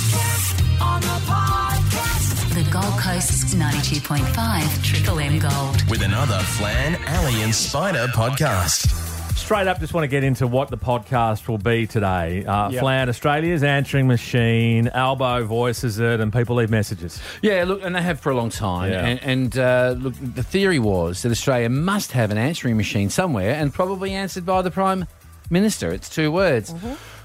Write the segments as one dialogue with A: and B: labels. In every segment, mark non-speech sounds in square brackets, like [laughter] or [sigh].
A: podcast, on the podcast.
B: The Gold Coast's 92.5 Triple M Gold.
C: with another Flan, Alley, and Spider podcast.
D: Straight up, just want to get into what the podcast will be today. Uh,
E: Yep.
D: Flan, Australia's answering machine, Albo voices it, and people leave messages.
E: Yeah, look, and they have for a long time.
D: Yeah.
E: And, and uh, look, the theory was that Australia must have an answering machine somewhere, and probably answered by the Prime Minister. It's two words.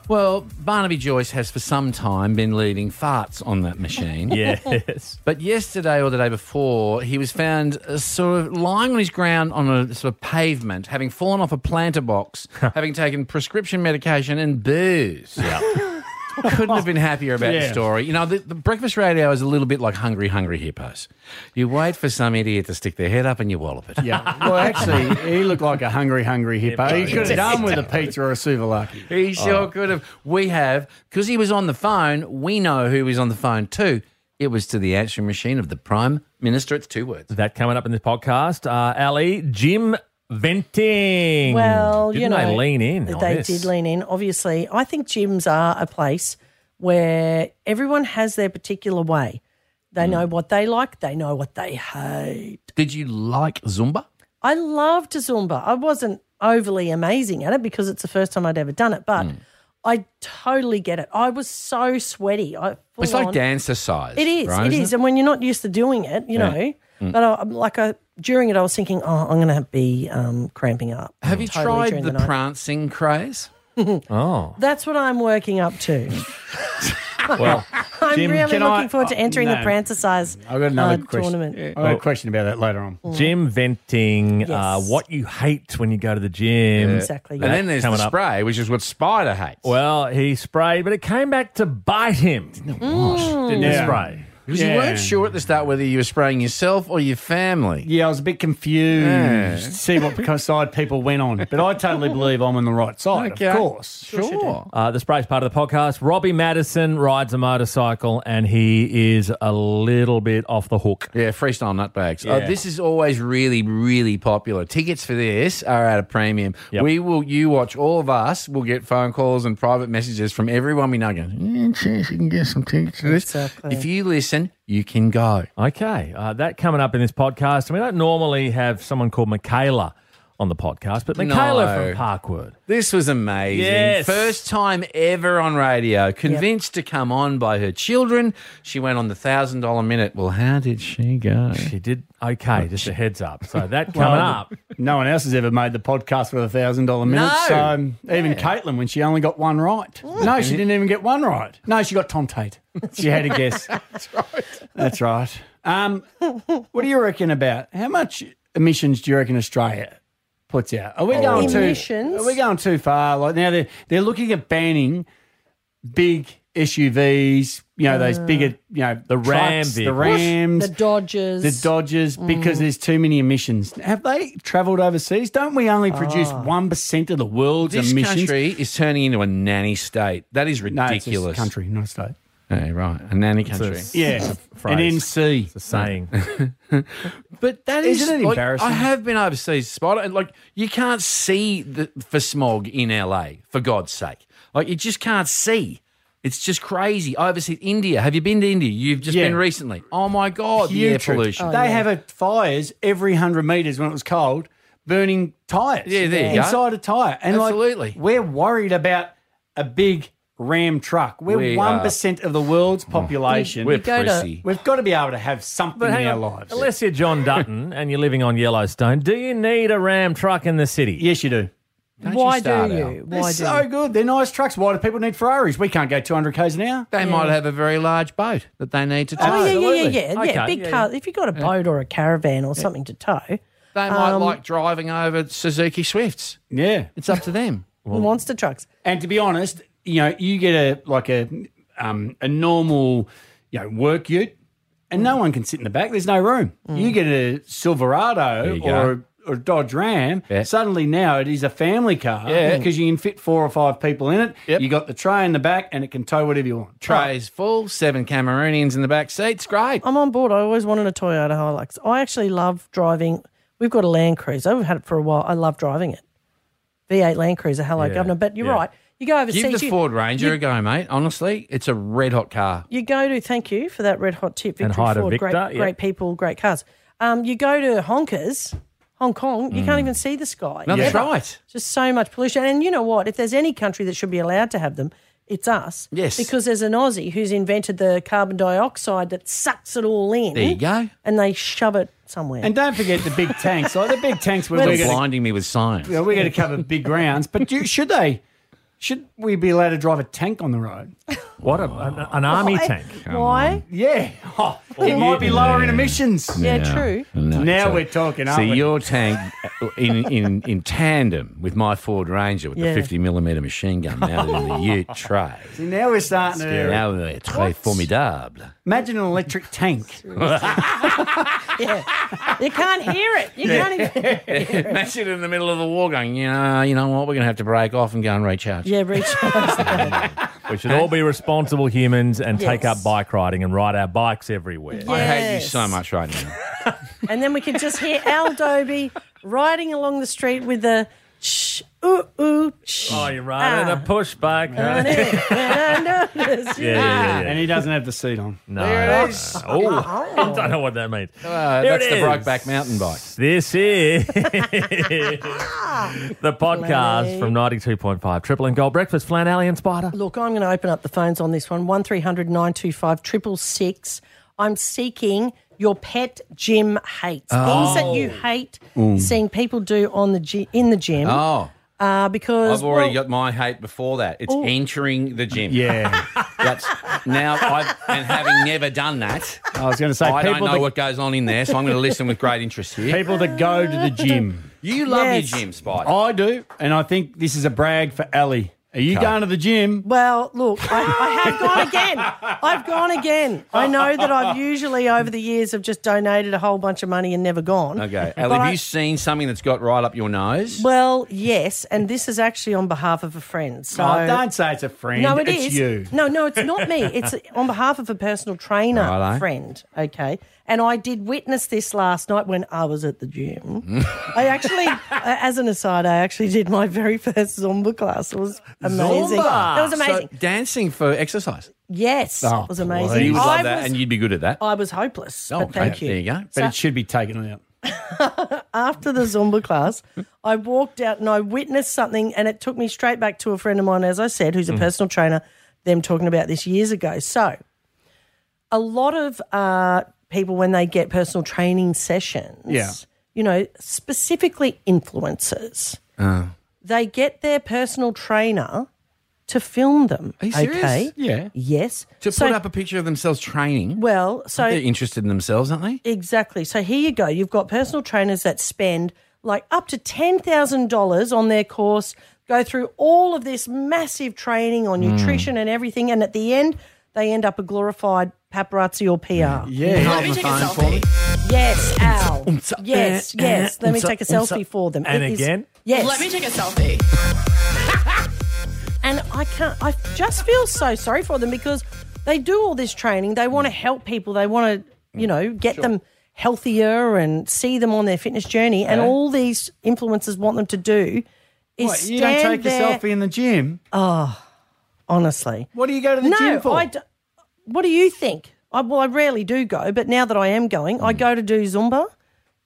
E: Well, Barnaby Joyce has for some time been leaving farts on that machine.
D: Yes.
E: But yesterday or the day before, he was found uh, sort of lying on his ground on a sort of pavement, having fallen off a planter box, having taken prescription medication and booze. [laughs] Couldn't have been happier about the
D: Yeah.
E: story. You know, the, the breakfast radio is a little bit like hungry, hungry hippos. You wait for some idiot to stick their head up and you wallop it.
F: Yeah. [laughs] Well, actually, he looked like a hungry, hungry hippo.
D: Hippo,
F: He could have done with a pizza or a souvlaki.
E: He sure could have. We have, because he was on the phone, we know who was on the phone too. It was to the answering machine of the Prime Minister. It's two words.
D: that coming up in this podcast. Uh, Ali, Jim venting.
G: Well,
D: Didn't
G: you know,
D: they lean in. on
G: They
D: this?
G: did lean in. Obviously, I think gyms are a place where everyone has their particular way. They know what they like. They know what they hate.
E: Did you like Zumba?
G: I loved Zumba. I wasn't overly amazing at it because it's the first time I'd ever done it, but I totally get it. I was so sweaty. I full
E: It's like
G: on-
E: dancer size.
G: It is.
E: right,
G: it
E: isn't
G: is. And when you're not used to doing it, you know. But I, I'm like I, during it, I was thinking, oh, I'm going to be um, cramping up.
E: Have you
G: totally
E: tried
G: during
E: the,
G: night.
E: prancing craze?
D: Oh,
G: That's what I'm working up to.
D: well,
G: I'm
D: Jim,
G: really
F: can
G: looking
F: I-
G: forward to
F: oh,
G: entering the
F: no.
G: Prancisize
F: I've got another
G: uh,
F: question.
G: tournament.
F: I've got a question about that later on.
D: [laughs] Jim venting uh,
G: Yes.
D: what you hate when you go to the gym.
G: Exactly.
E: And
G: yeah.
E: then there's
D: coming
E: the
D: up.
E: spray, which is what Spider hates.
D: Well, he sprayed, but it came back to bite him. Mm. Didn't
F: Yeah.
D: spray?
E: because you
F: yeah.
E: weren't sure at the start whether you were spraying yourself or your family.
F: Yeah, I was a bit confused
E: Yeah.
F: to
E: [laughs]
F: see what side people went on, but I totally believe I'm on the right side,
E: Okay.
F: of course.
E: Sure.
D: Uh, the spray's part of the podcast. Robbie Madison rides a motorcycle and he is a little bit off the hook.
E: Yeah, freestyle nutbags. Oh, this is always really, really popular. Tickets for this are at a premium.
D: Yep.
E: We will. You watch all of us. We'll get phone calls and private messages from everyone we know. Going, yeah, chance you can get some tickets for this.
G: Exactly.
E: If you listen, you can go.
D: Okay, uh, that coming up in this podcast. And we don't normally have someone called Michaela on the podcast, but Michaela
E: No.
D: from Parkwood.
E: This was amazing.
D: Yes.
E: First time ever on radio. Convinced to come on by her children. She went on the thousand dollar minute. Well, how did she go?
D: She did okay, just a heads up. So
F: [laughs]
D: that coming up.
F: No one else has ever made the podcast with a thousand dollar minute.
E: No.
F: So um, even Caitlin, when she only got one right, no, she didn't even get one right. No, she got Tom Tate. She had a guess. That's right. That's right. Um, what do you reckon about how much emissions do you reckon Australia puts out? Are we going
G: Emissions?
F: too? Are we going too far? Like now they're they're looking at banning big SUVs. You know those bigger. You know the
D: Ram
F: the
D: vehicles.
F: Rams,
G: the Dodgers.
F: the Dodgers because
E: Mm.
F: there's too many emissions. Have they travelled overseas? Don't we only produce one of the world's
E: Ah. This
F: emissions?
E: country is turning into a nanny state. That is
F: no,
E: ridiculous.
F: it's just country, not a state.
E: Hey, right, a nanny country.
F: Yeah,
D: phrase.
F: an NC.
D: The
F: [laughs]
D: saying.
E: But that
F: Isn't it
E: like,
F: embarrassing?
E: I have been overseas, Spider, and like you can't see the, for smog in LA. For God's sake, like you just can't see. It's just crazy. Overseas, India. Have you been to India? You've just
F: Yeah.
E: been recently. Oh my God, the air
F: Putrid. Oh,
E: pollution. Oh,
F: they have a fires every hundred meters when it was cold, burning tires.
E: Yeah, there you go.
F: inside a tire. And like,
E: Absolutely.
F: we're worried about a big Ram truck.
E: We
F: We're
E: are- Mm.
F: one of the world's population.
E: We're
F: We've
G: go to-
E: prissy.
F: got to be able to have something
D: But
F: in
D: hang
F: our
D: on,
F: lives.
D: unless you're John Dutton and you're living on Yellowstone, do you need a Ram truck in the city?
F: Yes, you do.
E: Don't
G: Why do
E: start, Al.
G: you?
F: They're
G: Why do
F: so
G: you?
F: good. They're nice trucks. Why do people need Ferraris? We can't go 200 k's an hour.
E: They might have a very large boat that they need to tow.
G: Oh, yeah, yeah, yeah,
F: Absolutely.
G: yeah.
D: Okay,
G: yeah big
D: yeah,
G: car. If you've got a boat or a caravan or something to tow,
E: They might
G: Um,
E: like driving over Suzuki Swifts.
F: Yeah.
E: It's up to
G: [laughs]
E: them.
G: monster trucks.
F: And to be honest, you know, you get a like a um, a normal, you know, work ute, and no one can sit in the back. There's no room. You get a Silverado
E: Mm. you go.
F: or. a- Or a Dodge Ram.
E: Yeah.
F: Suddenly now it is a family car
E: Yeah.
F: because you can fit four or five people in it.
E: Yep.
F: You got the tray in the back and it can tow whatever you want.
E: Trays full, seven Cameroonians in the back seats. Great.
G: I'm on board. I always wanted a Toyota Hilux. I actually love driving. We've got a Land Cruiser. We've had it for a while. I love driving it. V8 Land Cruiser. Hello, Governor. But you're
D: yeah.
G: right. You go overseas.
E: Give the
G: you-
E: Ford Ranger a go, mate. Honestly, it's a red hot car.
G: you go to thank you for that red hot tip victory
D: And hi to
G: Ford, great,
D: Victor, yep.
G: great people great cars um, you go to honkers hong kong you can't
E: Mm.
G: even see the sky
E: No, that's
G: Ever.
E: right.
G: just so much pollution and you know what if there's any country that should be allowed to have them it's us
E: Yes.
G: because there's an aussie who's invented the carbon dioxide that sucks it all in
E: There you go.
G: and they shove it somewhere
F: And don't forget the big tanks. Like the big tanks where
G: Well,
F: we're
E: You're
G: it's-
F: going
E: blinding me with science.
F: to we're going to cover big grounds. But do, should they? Should we be allowed to drive a tank on the road?
D: What a, an, an army
G: why?
D: tank.
G: why
F: [laughs] Yeah, Oh, it might be lowering emissions.
G: yeah, true
E: No,
F: Now
E: so-
F: we're talking, aren't
E: See
F: we?
E: your tank in, in in tandem with my Ford Ranger with
G: Yeah.
E: the 50 millimeter machine gun mounted
G: [laughs]
E: in the Ute tray.
F: Now we're starting to
E: Now they're très formidable.
F: imagine an electric tank.
G: yeah you can't hear it you can't
E: [laughs]
G: even
E: Imagine in the middle of the war going, you know, you know what? We're going to have to break off and go and recharge.
G: yeah reach
E: We should
D: Should all be responsible humans and take
G: Yes.
D: up bike riding and ride our bikes everywhere.
E: I hate you
G: Yes.
E: so much
G: [laughs]
E: right now.
G: and then we could just hear Al Dobie riding along the street with the shh, ooh, ooh, shh.
D: Oh, you're riding
G: Ah.
D: a push bike. huh?
E: [laughs]
G: [laughs] And I noticed you.
D: Yeah, yeah, yeah.
F: And he doesn't have the seat on.
D: No. Oh, [laughs] I don't know what that means.
E: Uh,
D: Here
E: that's
D: it
E: the
D: is.
E: Brokeback Mountain bike.
D: This [laughs] is the podcast
G: Flanny.
D: from 92.5 Triple M Gold Breakfast, Flan Alley and Spider.
G: Look, I'm going to open up the phones on this one 1300 925 666. I'm seeking your pet gym hates.
E: Oh.
G: Things that you
E: Mm.
G: hate seeing people do on the gy- in the gym
E: Oh,
G: uh, because.
E: I've already
G: well,
E: got my hate before that. It's entering the gym.
F: Yeah,
E: That's now, I've, and having never done that,
F: I was going to say
E: I don't
F: people
E: know
F: that,
E: what goes on in there, so I'm going to listen with great interest here.
F: [laughs] people that go to the gym.
E: you love
G: Yes.
E: your gym, Spike.
F: I do, and I think this is a brag for Ali. Are you going to the gym?
G: well, look, I, I have gone again. I've gone again. I know that
E: [laughs]
G: I've usually over the years have just donated a whole bunch of money and never gone.
E: Okay,
G: But
E: Ali, have
G: I-
E: you seen something that's got right up your nose?
G: Well, yes, and this is actually on behalf of a friend. So
F: Oh, don't say it's a friend.
G: no, it
F: it's
G: is.
F: you.
G: No, no, it's not me.
E: [laughs]
G: It's on behalf of a personal trainer
E: Righto.
G: friend. Okay, and I did witness this last night when I was at the gym. I
E: [laughs]
G: actually, uh, as an aside, I actually did my very first Zumba class. It was amazing.
F: Zumba?
G: It was amazing.
E: So dancing for exercise.
G: yes, it was amazing.
F: please.
E: You would love
G: I
E: that,
G: was,
E: and you'd be good at that.
G: I was hopeless,
E: Oh,
G: but thank
E: okay,
G: you.
E: There you go.
F: But it should be taken out.
G: after the Zumba class, I walked out and I witnessed something, and it took me straight back to a friend of mine, as I said,
E: Mm.
G: who's a personal trainer, them talking about this years ago. So, a lot of uh, people, when they get personal training sessions,
F: Yeah.
G: you know, specifically influencers,
E: Uh.
G: they get their personal trainer to film them.
E: Are you serious?
G: Okay.
F: Yeah.
G: Yes.
E: To
G: So-
E: put up a picture of themselves training.
G: Well, so
E: They're interested in themselves, aren't they?
G: Exactly. So here you go. You've got personal trainers that spend like up to $10,000 on their course, go through all of this massive training on nutrition and everything. And at the end, they end up a glorified paparazzi or PR.
F: Yeah.
E: Hold the phone for me.
G: Yes, Al.
E: Umsa,
G: Yes,
E: eh, eh,
G: yes. Let me
E: umsa,
G: take a
E: umsa.
G: selfie for them.
D: And
G: It is-
D: again?
G: Yes.
A: Let me take a selfie.
G: and I can't. I just feel so sorry for them because they do all this training. They
F: Mm.
G: want to help people. They want to, you know, get them healthier and see them on their fitness journey. And all these influencers want them to do
F: Eh?
G: is
F: What, you don't take
G: stand there.
F: a selfie in the gym.
G: Honestly,
F: What do you go to the
G: no.
F: gym for?
G: I. D- what do you think? I, well, I rarely do go, but now that I am going,
F: Mm.
G: I go to do Zumba.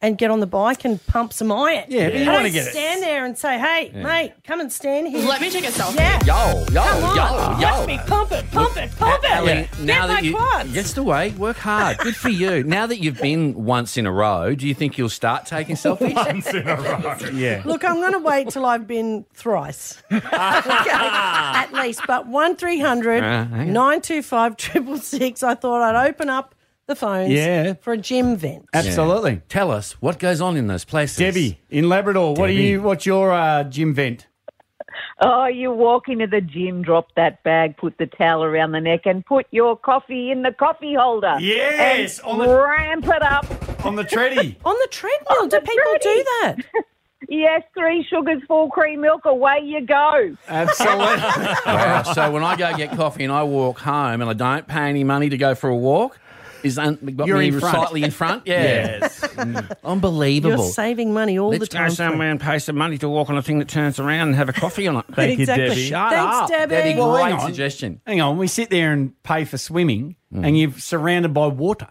G: And get on the bike and pump some iron.
F: Yeah, but you
G: I
F: wanna
G: don't
F: get it.
G: stand there and say, "Hey, mate, come and stand here."
A: Let me take a selfie.
G: yeah,
E: Yo, yo,
G: Come on.
E: yo, yo.
G: Watch me pump it, pump it, pump it.
E: Ali,
G: Get
E: now
G: my
E: that you,
G: quads.
E: that's the way. Work hard. Good for you. Now that you've been once in a row, do you think you'll start taking selfies?
F: yeah.
G: Look, I'm going to wait till I've been thrice. okay? At least. But 1 300 925 666. I thought I'd open up the phones
F: Yeah.
G: for a gym vent.
F: Absolutely.
E: Tell us what goes on in those places.
F: Debbie in Labrador, what are
E: Debbie.
F: you? What's your uh, gym vent?
H: Oh, you walk into the gym, drop that bag, put the towel around the neck, and put your coffee in the coffee holder.
F: Yes,
H: And
F: on the-
H: ramp it up.
F: On the [laughs] treadie.
G: On the treadmill,
H: On
G: do
H: the
G: people do that?
H: Yes, three sugars, full cream milk. Away you go.
I: Uh,
F: Absolutely.
E: Wow. so when I go get coffee and I walk home and I don't pay any money to go for a walk, is un- got
F: You're
E: me
F: in
J: [laughs]
F: front.
E: slightly in front. Yeah. Mm.
F: yes.
G: You're
E: Unbelievable.
G: saving money all
J: Let's
G: the
J: go
G: time. for
J: somewhere and pay some money to walk on a thing that turns around and have a coffee on it.
G: it.
D: Thank you,
G: exactly.
D: Debbie.
E: Shut
G: Thanks,
E: up.
G: Debbie.
E: Debbie,
F: Well, hang
E: great
F: on.
E: suggestion.
F: Hang on, we sit there and pay for swimming,
E: Hmm.
F: and you're surrounded by water.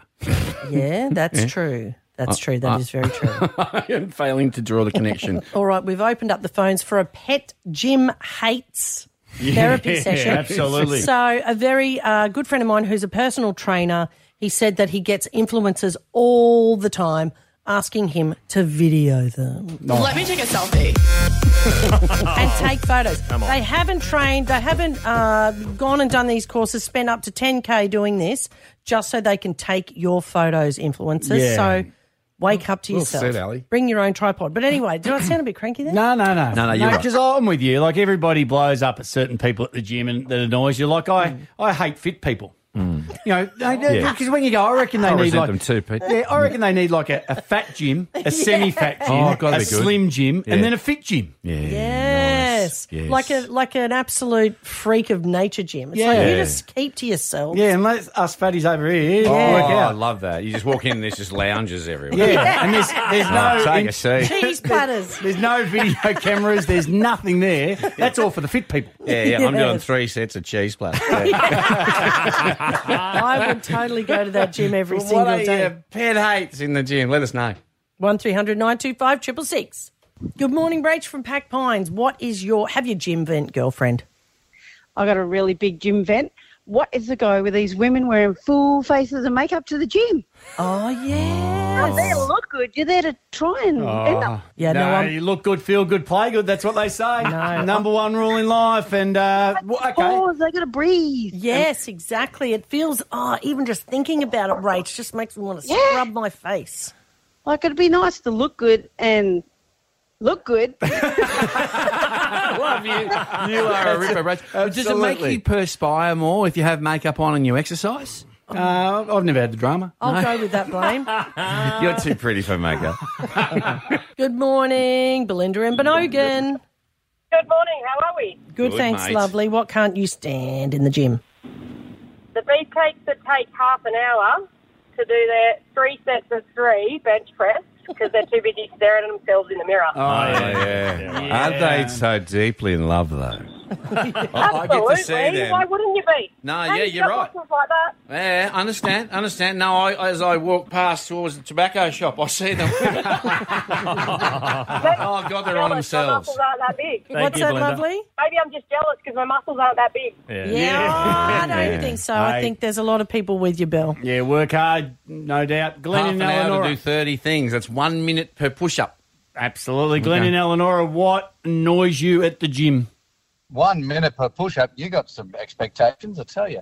G: Yeah, that's true. That's true. That is very true.
E: I am failing to draw the connection.
G: All right, we've opened up the phones for a pet Jim hates
D: [laughs]
G: therapy session.
D: absolutely.
G: So, a very uh, good friend of mine who's a personal trainer, he said that he gets influencers all the time asking him to video them
K: Let me take a selfie.
G: and take photos. They haven't trained, they haven't uh, gone and done these courses, spent up to 10K doing this just so they can take your photos, influencers.
F: Yeah.
G: So, wake up to yourself.
E: said, Ali.
G: Bring your own tripod. But anyway, did I sound a bit cranky there?
F: No, no, no,
E: No, no, you're right.
F: Because I'm with you. Like everybody blows up at certain people at the gym, and that annoys you. Like
E: Hmm.
F: I, I hate fit people. You know, because when you go, I reckon they
E: I
F: need
E: resent
F: like
E: them too, Pete.
F: Yeah, I reckon they need like a, a fat gym,
E: [laughs]
F: a semi-fat gym,
E: Oh, gotta
F: a
E: be good.
F: slim gym,
E: Yeah.
F: and then a fit gym.
E: Yeah.
G: Yes.
E: nice. Yes.
G: Like a like an absolute freak of nature, Jim. It's like
F: Yeah.
G: you just keep to yourself.
F: Yeah, and let us fatties over here
E: [laughs] Oh,
F: work
E: I
F: out.
E: love that. You just walk in and there's just lounges everywhere. [laughs]
F: Yeah, and there's there's
E: Oh,
F: no
E: take
F: in-
E: a seat.
F: [laughs]
G: Cheese platters.
F: there's no video
E: [laughs]
F: cameras. There's nothing there. That's all for the fit people.
E: Yeah, yeah. I'm doing
G: Yes.
E: three
F: [laughs]
E: sets of cheese platter. Yeah.
G: I would totally go to that
F: [laughs]
G: gym every single
E: what uh, are
G: day.
E: your pet hates in the gym? Let us know.
G: One 925 666 Good morning, Rach from Pack Pines. What is your have your gym vent, girlfriend?
I: I got a really big gym vent. What is the go with these women wearing full faces of makeup to the gym?
G: Oh
H: Oh,
I: You're there
G: yes.
I: to look good. You're there to try and
F: Ah.
I: end up.
G: Yeah, no,
F: no,
G: I'm-
F: Um, you look good, feel good, play good. That's what they say. Number one rule in life. And uh, w-
E: Oh.
F: okay,
I: Pause. They got to breathe.
G: Yes, exactly. It feels oh, even just thinking about it, Rach, just makes me want to
I: Yeah.
G: scrub my face.
I: Like it'd be nice to look good and look good.
E: Love you. You are a ripper, Rach. Does it make
F: Absolutely.
E: you perspire more if you have makeup on and you exercise?
F: uh, I've never had the drama.
G: I'll go with that
F: [laughs]
G: blame.
E: [laughs] You're too pretty for makeup. Oh,
G: Good morning, Belinda and Benogan.
K: Good morning. How are we?
G: Good,
E: Good,
G: thanks,
E: mate.
G: lovely. What can't you stand in the gym?
K: The beefcakes that take half an hour to do their three sets of three bench press because they're too busy staring at themselves in the mirror.
E: Oh, yeah. Aren't they so deeply in love, though? Oh, I
K: Absolutely. Why wouldn't you be?
E: No,
K: Have
E: yeah,
K: you
E: you're
K: got
E: right.
K: muscles Like that?
E: Yeah, understand, understand. No, I, as I walk past towards the tobacco shop, I see them. [laughs] oh, God, they're
K: Jealous, my
E: on themselves.
K: muscles aren't that big. Maybe
G: What's
D: you,
G: that,
D: Belinda.
G: lovely?
K: I'm just jealous because my muscles aren't that big.
G: Yeah, I don't think so. I
F: Hey.
G: think there's a lot of people with you, Bill.
F: Yeah, work hard, no doubt. Glenn
E: Half
F: and
E: an
F: Eleanor.
E: hour to do 30 things. That's one minute per push up.
F: Absolutely. Glenn and Eleanor, what annoys you at the gym?
L: One minute per push up, you got some expectations, I tell you.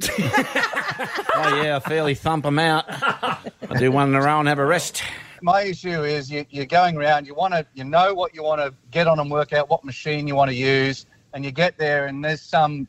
E: Oh, yeah, I fairly thump them out. I do one in a row and have a
F: [laughs]
E: rest.
L: My issue is you, you're going around, you want to, you know what you want to get on and work out what machine you want to use, and you get there and there's some,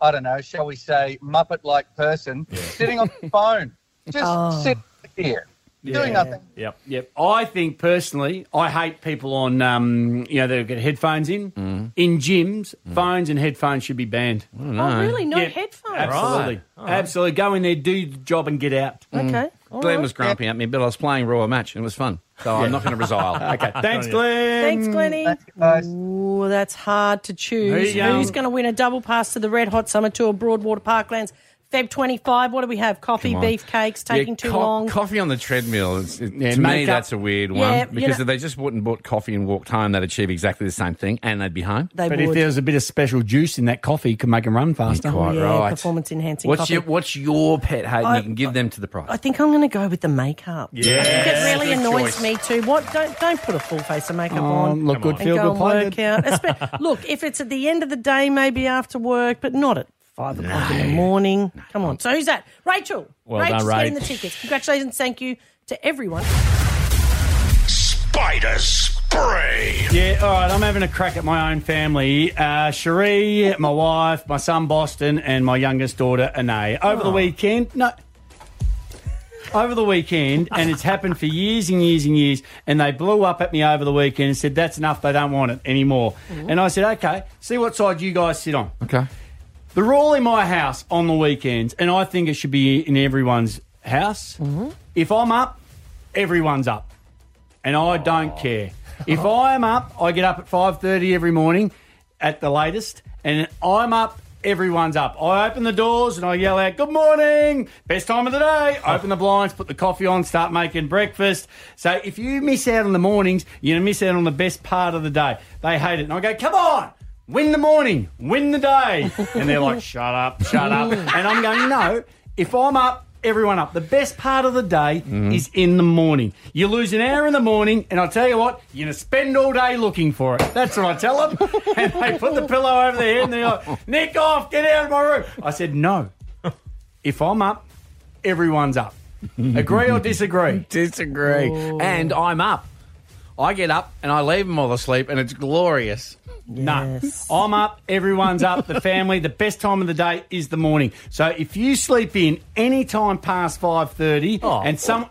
L: I don't know, shall we say, Muppet like person sitting on the phone. Just sit here, doing nothing.
F: Yep, yep. I think personally, I hate people on, um, you know, they've got headphones in. In gyms, phones and headphones should be banned.
G: Oh, really? No
F: Yeah.
G: headphones?
F: Absolutely. Absolutely. Go in there, do the job, and get out.
G: Okay. all
E: Glenn
G: right.
E: was grumpy at me, but I was playing Raw match and it was fun. So I'm not going to resile.
F: [laughs] Okay. Thanks, Glenn.
G: Thanks, Glenny.
L: guys.
G: Ooh, that's hard to choose.
F: There you go.
G: Who's going to win a double pass to the Red Hot Summer Tour, Broadwater Parklands, Feb 25? What do we have? Coffee,
E: on.
G: beef cakes,
E: Yeah,
G: taking too
E: co-
G: long.
E: Coffee on the treadmill. It's, it-
F: Yeah,
E: to me,
F: make up-
E: that's a weird one
G: Yeah, you
E: because
G: know-
E: if they just wouldn't bought coffee and walked home, they'd achieve exactly the same thing and they'd be home.
G: they
F: But if
G: would.
F: there was a bit of special juice in that coffee, it could make them run faster.
E: Quite
G: yeah,
E: right.
G: performance enhancing
E: What's
G: coffee.
E: your What's your pet hate? and
G: I-
E: you can give them to the prize.
G: I think I'm going to go with the makeup. Yeah, I think it really
E: Good
G: annoys
E: choice.
G: me too. What? Don't don't put a full face of makeup on.
F: Um, look good,
G: and
F: feel
G: go
F: good,
G: and
F: play
G: work
F: good.
G: out.
F: [laughs]
G: Espe- Look, if it's at the end of the day, maybe after work, but not at five o'clock in the morning. Come on. So who's that? Rachel.
D: Well done,
G: Rachel's getting the
D: Rach.
G: tickets. Congratulations. Thank you to everyone.
C: Spider spray.
F: Yeah, all right. I'm having a crack at my own family. Uh, Cherie, my wife, my son Boston, and my youngest daughter Anae. Over the weekend, no. Over the weekend, and it's happened for years and years and years. And they blew up at me over the weekend and said, "That's enough. They don't want it anymore." And I said, "Okay, see what side you guys sit on."
E: okay.
F: The rule in my house on the weekends, and I think it should be in everyone's house. If I'm up, everyone's up. and I don't care. If I'm up, I get up at five thirty every morning, at the latest, and I'm up. Everyone's up. I open the doors and I yell out, "Good morning! Best time of the day." I open the blinds, put the coffee on, start making breakfast. So if you miss out on the mornings, you're gonna miss out on the best part of the day. They hate it, and I go, "Come on, win the morning, win the day," and they're like, "Shut up, shut up," and I'm going, "No." If I'm up, everyone up. The best part of the day is in the morning. You lose an hour in the morning, and I tell you what, you're going to spend all day looking for it. That's what I tell them. [laughs] and they put the pillow over their head and they're like, Nick off, get out of my room. I said, no. If I'm up, everyone's up. Agree or disagree?
M: disagree.
G: Oh.
M: And I'm up. I get up and I leave them all asleep, and it's glorious.
F: No. I'm up, everyone's up, the family, the best time of the day is the morning. So if you sleep in any time past 5:30
N: Oh.
F: and some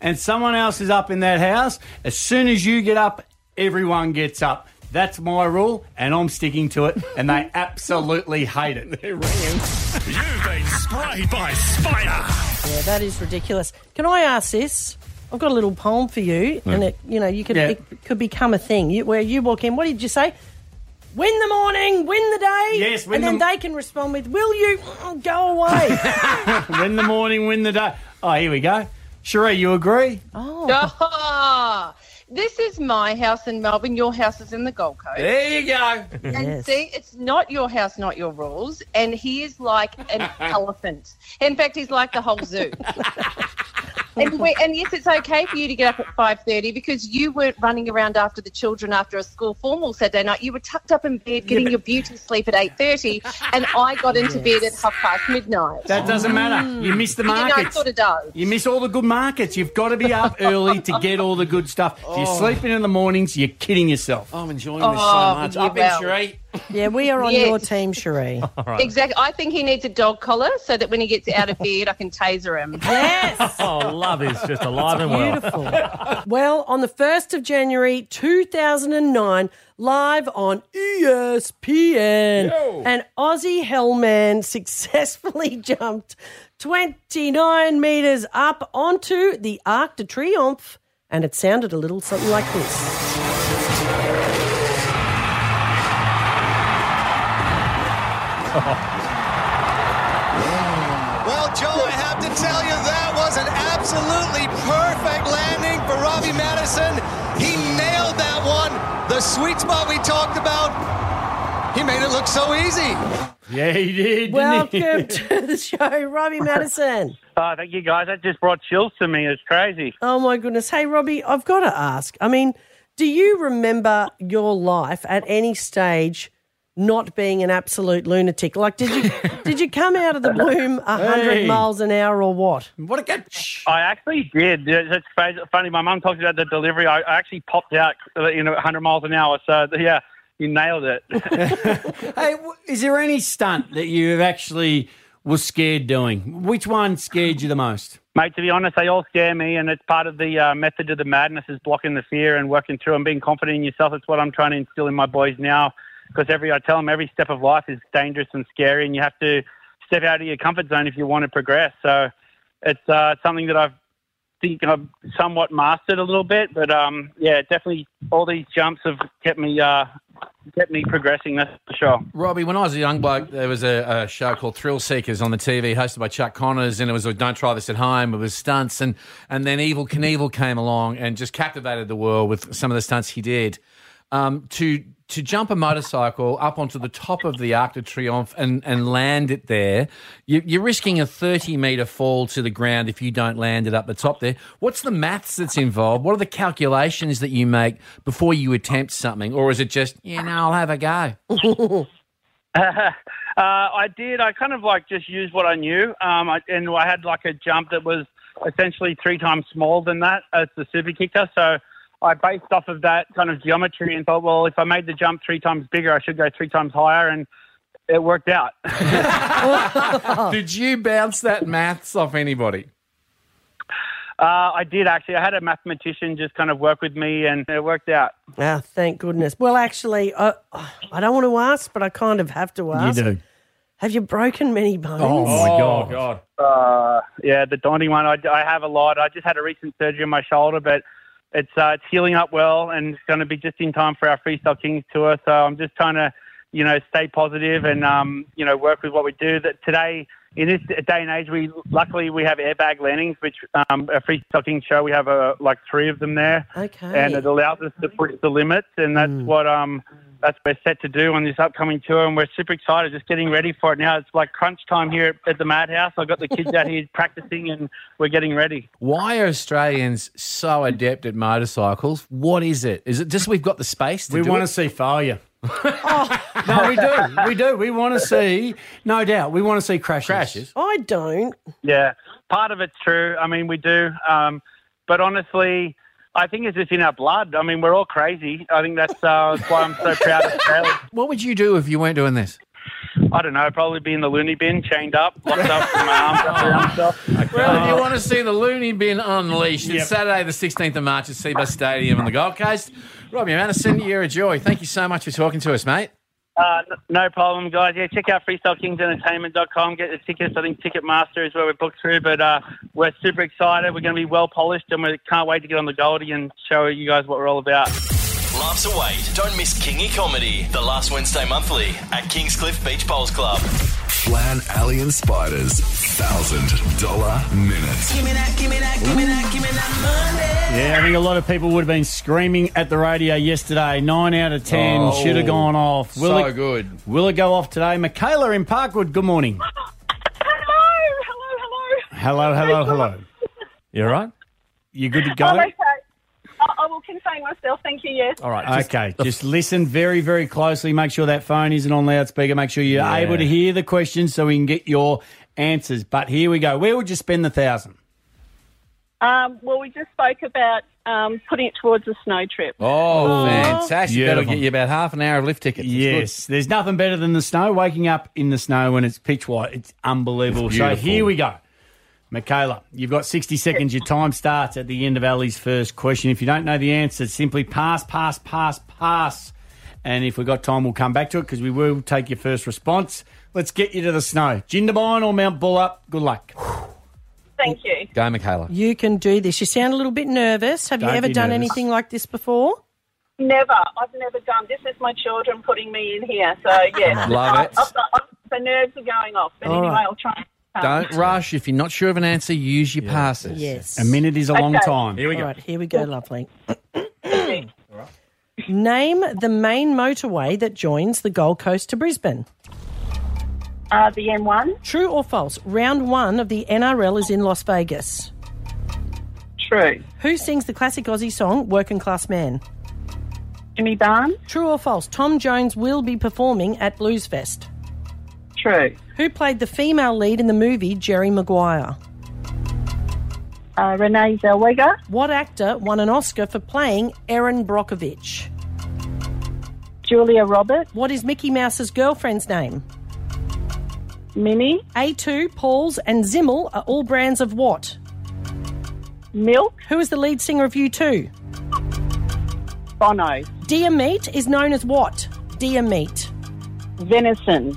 F: and someone else is up in that house, as soon as you get up, everyone gets up. That's my rule and I'm sticking to it and
N: [laughs]
F: they absolutely hate it. They're ringing.
A: You've been sprayed by spider.
G: Yeah, that is ridiculous. Can I ask this? I've got a little poem for you,
F: Yeah.
G: and it, you know, you could
F: Yeah.
G: it could become a thing you, where you walk in. What did you say? Win the morning, win the day.
F: Yes, win
G: and then
F: the-
G: they can respond with, "Will you mm,
F: [laughs]
G: go away?"
F: win the morning, win the day. Oh, here we go. Sheree, you agree?
N: [laughs] Ah, this is my house in Melbourne. Your house is in the Gold Coast.
M: There you go.
N: And see, it's not your house, not your rules. And he is like
F: [laughs]
N: an elephant. In fact, he's like the whole zoo. and, we, and yes, it's okay for you to get up at five thirty because you weren't running around after the children after a school formal Saturday night. You were tucked up in bed getting your beauty sleep at eight thirty, and I got into bed at half past midnight.
F: That doesn't matter. You miss the
N: Oh. You know, it
F: markets.
N: sort of does.
F: You miss all the good markets. You've got to be up early to get all the good stuff. If you're
M: Oh.
F: sleeping in the mornings, you're kidding yourself.
M: I'm enjoying
N: this so Oh, much. you Up in, will.
M: Sheree.
G: yeah, we are on
N: Yes.
G: your team, Sheree.
F: [laughs]
N: Exactly. I think he needs a dog collar so that when he gets
F: [laughs]
N: out of bed, I can taser him.
D: Oh, love is just alive and well.
G: Well, on the 1st of January 2009, live on E ESPN, an Aussie hellman successfully [laughs] jumped 29 metres up onto the Arc de Triomphe, and it sounded a little something like this.
A: Well, Joe, I have to tell you that was an absolutely perfect landing for Robbie Madison. He nailed that one. The sweet spot we talked about. He made it look so easy.
F: Yeah, he did.
G: Welcome to the show, Robbie Madison.
E: Oh, thank you guys. That just brought chills to me. It's crazy.
G: Oh, my goodness. Hey, Robbie, I've got to ask. I mean, do you remember your life at any stage? Not being an absolute lunatic, like did you did you come out of the bloom hundred
E: Hey.
G: miles an hour or what?
F: What a good.
E: I actually did. It's crazy. Funny, my mum talked about the delivery. I I actually popped out, uh, you know, 100 miles an hour. So yeah, you nailed it. [laughs]
F: Hey, w- is there any stunt that you have actually was scared doing? Which one scared you the most?
E: Mate, to be honest, they all scare me, and it's part of the uh, method of the madness is blocking the fear and working through and being confident in yourself. That's what I'm trying to instill in my boys now, because every I tell them every step of life is dangerous and scary, and you have to step out of your comfort zone if you want to progress. So it's uh, something that I think I've somewhat mastered a little bit, but um, yeah, definitely all these jumps have kept me uh, kept me progressing. That's for sure.
M: Robbie, when I was a young bloke, there was a, a show called Thrill Seekers on the TV, hosted by Chuck Connors, and it was a "Don't Try This at Home." It was stunts, and and then Evil Knievel came along and just captivated the world with some of the stunts he did. Um, to to jump a motorcycle up onto the top of the Arc de Triomphe and, and land it there, you, you're risking a 30 metre fall to the ground if you don't land it up the top there. What's the maths that's involved? What are the calculations that you make before you attempt something? Or is it just, yeah, no, I'll have a go?
E: [laughs] uh, I did. I kind of like just used what I knew, um, I, and I had like a jump that was essentially three times smaller than that as the super kicker. So I based off of that kind of geometry and thought, well, if I made the jump three times bigger, I should go three times higher, and it worked out. [laughs]
M: Did you bounce that maths off anybody?
E: Uh, I did actually. I had a mathematician just kind of work with me, and it worked out.
G: Ah, thank goodness. Well, actually, I I don't want to ask, but I kind of have to ask.
E: do.
G: Have you broken many bones?
D: Oh, God.
E: Uh, yeah, the daunting one. I, I have a lot. I just had a recent surgery on my shoulder, but It's uh, it's healing up well, and it's going to be just in time for our Freestyle Kings tour. So I'm just trying to, you know, stay positive and um, you know work with what we do. That today in this day and age, we luckily we have airbag landings, which um, a Freestyle Kings show we have uh, like three of them there,
G: Okay.
E: and it allows us to push the limits, and that's
D: Mm.
E: what um that's what we're set to do on this upcoming tour, and we're super excited, just getting ready for it now. It's like crunch time here at, at the Madhouse. I've got the kids out
D: [laughs]
E: here practicing, and we're getting ready.
F: Why are Australians so adept at motorcycles? What is it? Is it just we've got the space to
D: We
F: do
D: wanna
F: it?
D: see failure. no, we do. We do. We want to see, no doubt, we want to see crashes. Crashes.
G: I don't.
E: Yeah, part of it's true. I mean, we do. Um, but honestly, I think it's just in our blood. I mean, we're all crazy. I think that's, uh, that's why I'm so proud of Australia.
F: What would you do if you weren't doing this?
E: I don't know, probably be in the loony bin, chained up, locked up with my arms up around myself.
F: Well, if you want to see the Looney Bin unleashed, it's Saturday, the 16th of March at Seabus Stadium on the Gold Coast. Robbie Madison, you're a joy. Thank you so much for talking to us, mate.
E: Uh, n- no problem, guys. Yeah, check out freestylekingsentertainment.com. Get the tickets. I think Ticketmaster is where we're booked through. But uh, we're super excited. We're going to be well polished, and we can't wait to get on the Goldie and show you guys what we're all about.
A: Laughs away. Don't miss Kingy Comedy, the last Wednesday monthly at Kingscliff Beach Bowls Club.
O: Flan Alley and Spiders $1,000 Minute.
P: Give me that, give me that, give me that, give me that money.
D: Yeah, I think a lot of people would have been screaming at the radio yesterday. Nine out of ten
F: Oh,
D: should have gone off.
F: so
D: it,
F: good.
D: Will it go off today? Michaela in Parkwood. Good morning. Hello, hello, hello.
Q: You all right?
D: You good to go?
R: I'm okay. I, I will contain myself. Thank you. Yes.
D: okay. Just listen very, very closely. Make sure that phone isn't on loudspeaker. Make sure you're
Q: Yeah.
D: able to hear the questions so we can get your answers. But here we go. Where would you spend the thousand?
R: Um, well, we just spoke about um, putting it towards a snow trip.
F: Oh, fantastic. That'll
D: Beautiful.
F: get you about half an hour of lift tickets. It's
D: Yes, there's nothing better than the snow. Waking up in the snow when it's pitch white, it's unbelievable.
F: It's
D: so
F: beautiful.
D: here we go. Michaela, you've got 60 seconds. Your time starts at the end of Ali's first question. If you don't know the answer, simply pass, pass, pass, pass. And if we've got time, we'll come back to it because we will take your first response. Let's get you to the snow. Jindabyne or Mount Bullup? Good luck.
R: Thank you.
F: Go, Michaela.
G: You can do this. You sound a little bit nervous. Have
D: Don't
G: you ever
D: be
G: done
D: nervous.
G: anything like this before?
R: Never. I've never done. This is my children putting me in here.
F: [laughs]
R: So yeah,
F: on. Love
R: I-
F: it.
R: I've got- I've- the nerves are going off. But
F: All
R: anyway,
F: right.
R: I'll try.
F: Don't rush. If you're not sure of an answer, use your passes.
G: Yes.
D: A minute is
R: a long Okay. time.
F: Here we go.
G: All right, here we go, lovely. Name the main motorway that joins the Gold Coast to Brisbane.
R: Uh, the M1.
G: True or false? Round one of the NRL is in Las Vegas.
R: True.
G: Who sings the classic Aussie song "Working Class Man"?
R: Jimmy Barnes.
G: True or false? Tom Jones will be performing at Bluesfest.
R: True.
G: Who played the female lead in the movie Jerry Maguire?
R: Uh, Renee Zellweger.
G: What actor won an Oscar for playing Erin Brockovich?
R: Julia Roberts.
G: What is Mickey Mouse's girlfriend's name?
R: Minnie.
G: A2, Paul's, and Zimmel are all brands of what?
R: Milk.
G: Who is the lead singer of U2?
R: Bono.
G: Deer meat is known as what? Deer meat.
R: Venison.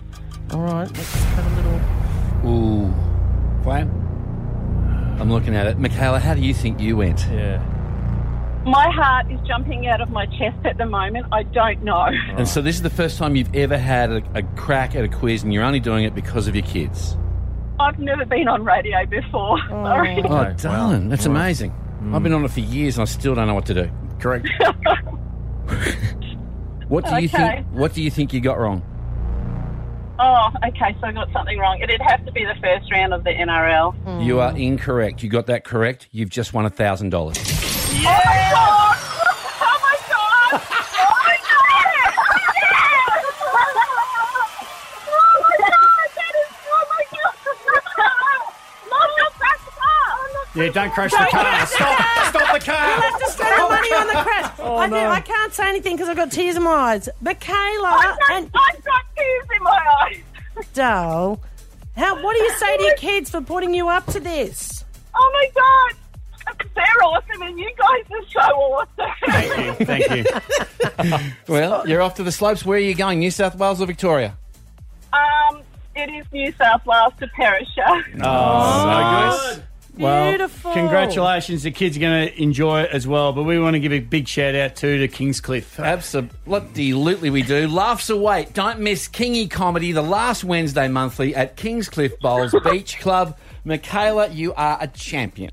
G: All right, let's have a little.
F: Ooh. Plan? I'm looking at it. Michaela, how do you think you went?
Q: Yeah.
R: My heart is jumping out of my chest at the moment. I don't know.
F: And so this is the first time you've ever had a, a crack at a quiz and you're only doing it because of your kids.
R: I've never been on radio before. Sorry.
F: Oh, darling, that's amazing. I've been on it for years and I still don't know what to do.
D: Correct.
F: [laughs] what do you
R: Okay.
F: think? What do you think you got wrong?
R: Oh, okay. So I got something wrong. It'd have to be the first round of the NRL.
F: You are incorrect. You got that correct. You've just won a thousand dollars.
R: Oh my god! Oh my god! Oh my god! That is oh my god! Mom, not that car!
D: Yeah, don't crash the car. Stop. Stop the car.
G: You'll have to spend the money on the crash.
D: Oh,
G: I, do-
D: no.
G: I can't say anything because I've got tears in my eyes. Michaela
R: I've got-
G: and
R: I've got tears in my eyes.
G: Dale, how? What do you say to your kids for putting you up to this?
R: Oh my god! They're awesome, and you guys are so awesome.
D: Thank you.
F: well, you're off to the slopes. Where are you going? New South Wales or Victoria?
R: um, it is New South Wales to Perisher.
D: Oh, so good. Well,
G: Beautiful.
E: Congratulations. The kids are going to enjoy it as well. But we want to give a big shout out too to Kingscliff.
F: Absolutely, we do. Laughs await. Don't miss Kingy Comedy the last Wednesday monthly at Kingscliff Bowls Beach Club. Michaela, you are a champion.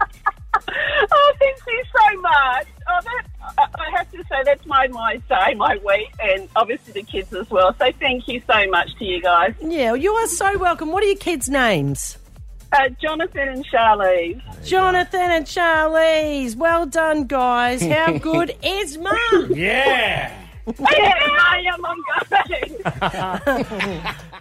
R: Oh, thank you so much. Oh, that, I- I have to say, that's made my day, my week, and obviously the kids as well. So thank you so much to you guys.
G: Yeah, well, you are so welcome. What are your kids' names?
R: Uh, Jonathan and
E: [laughs]
R: Charlize.
G: Jonathan and Charlize. Well
D: [laughs]
G: done, guys. How good is Mum?
E: Yeah.
R: yeah, I am. I'm going.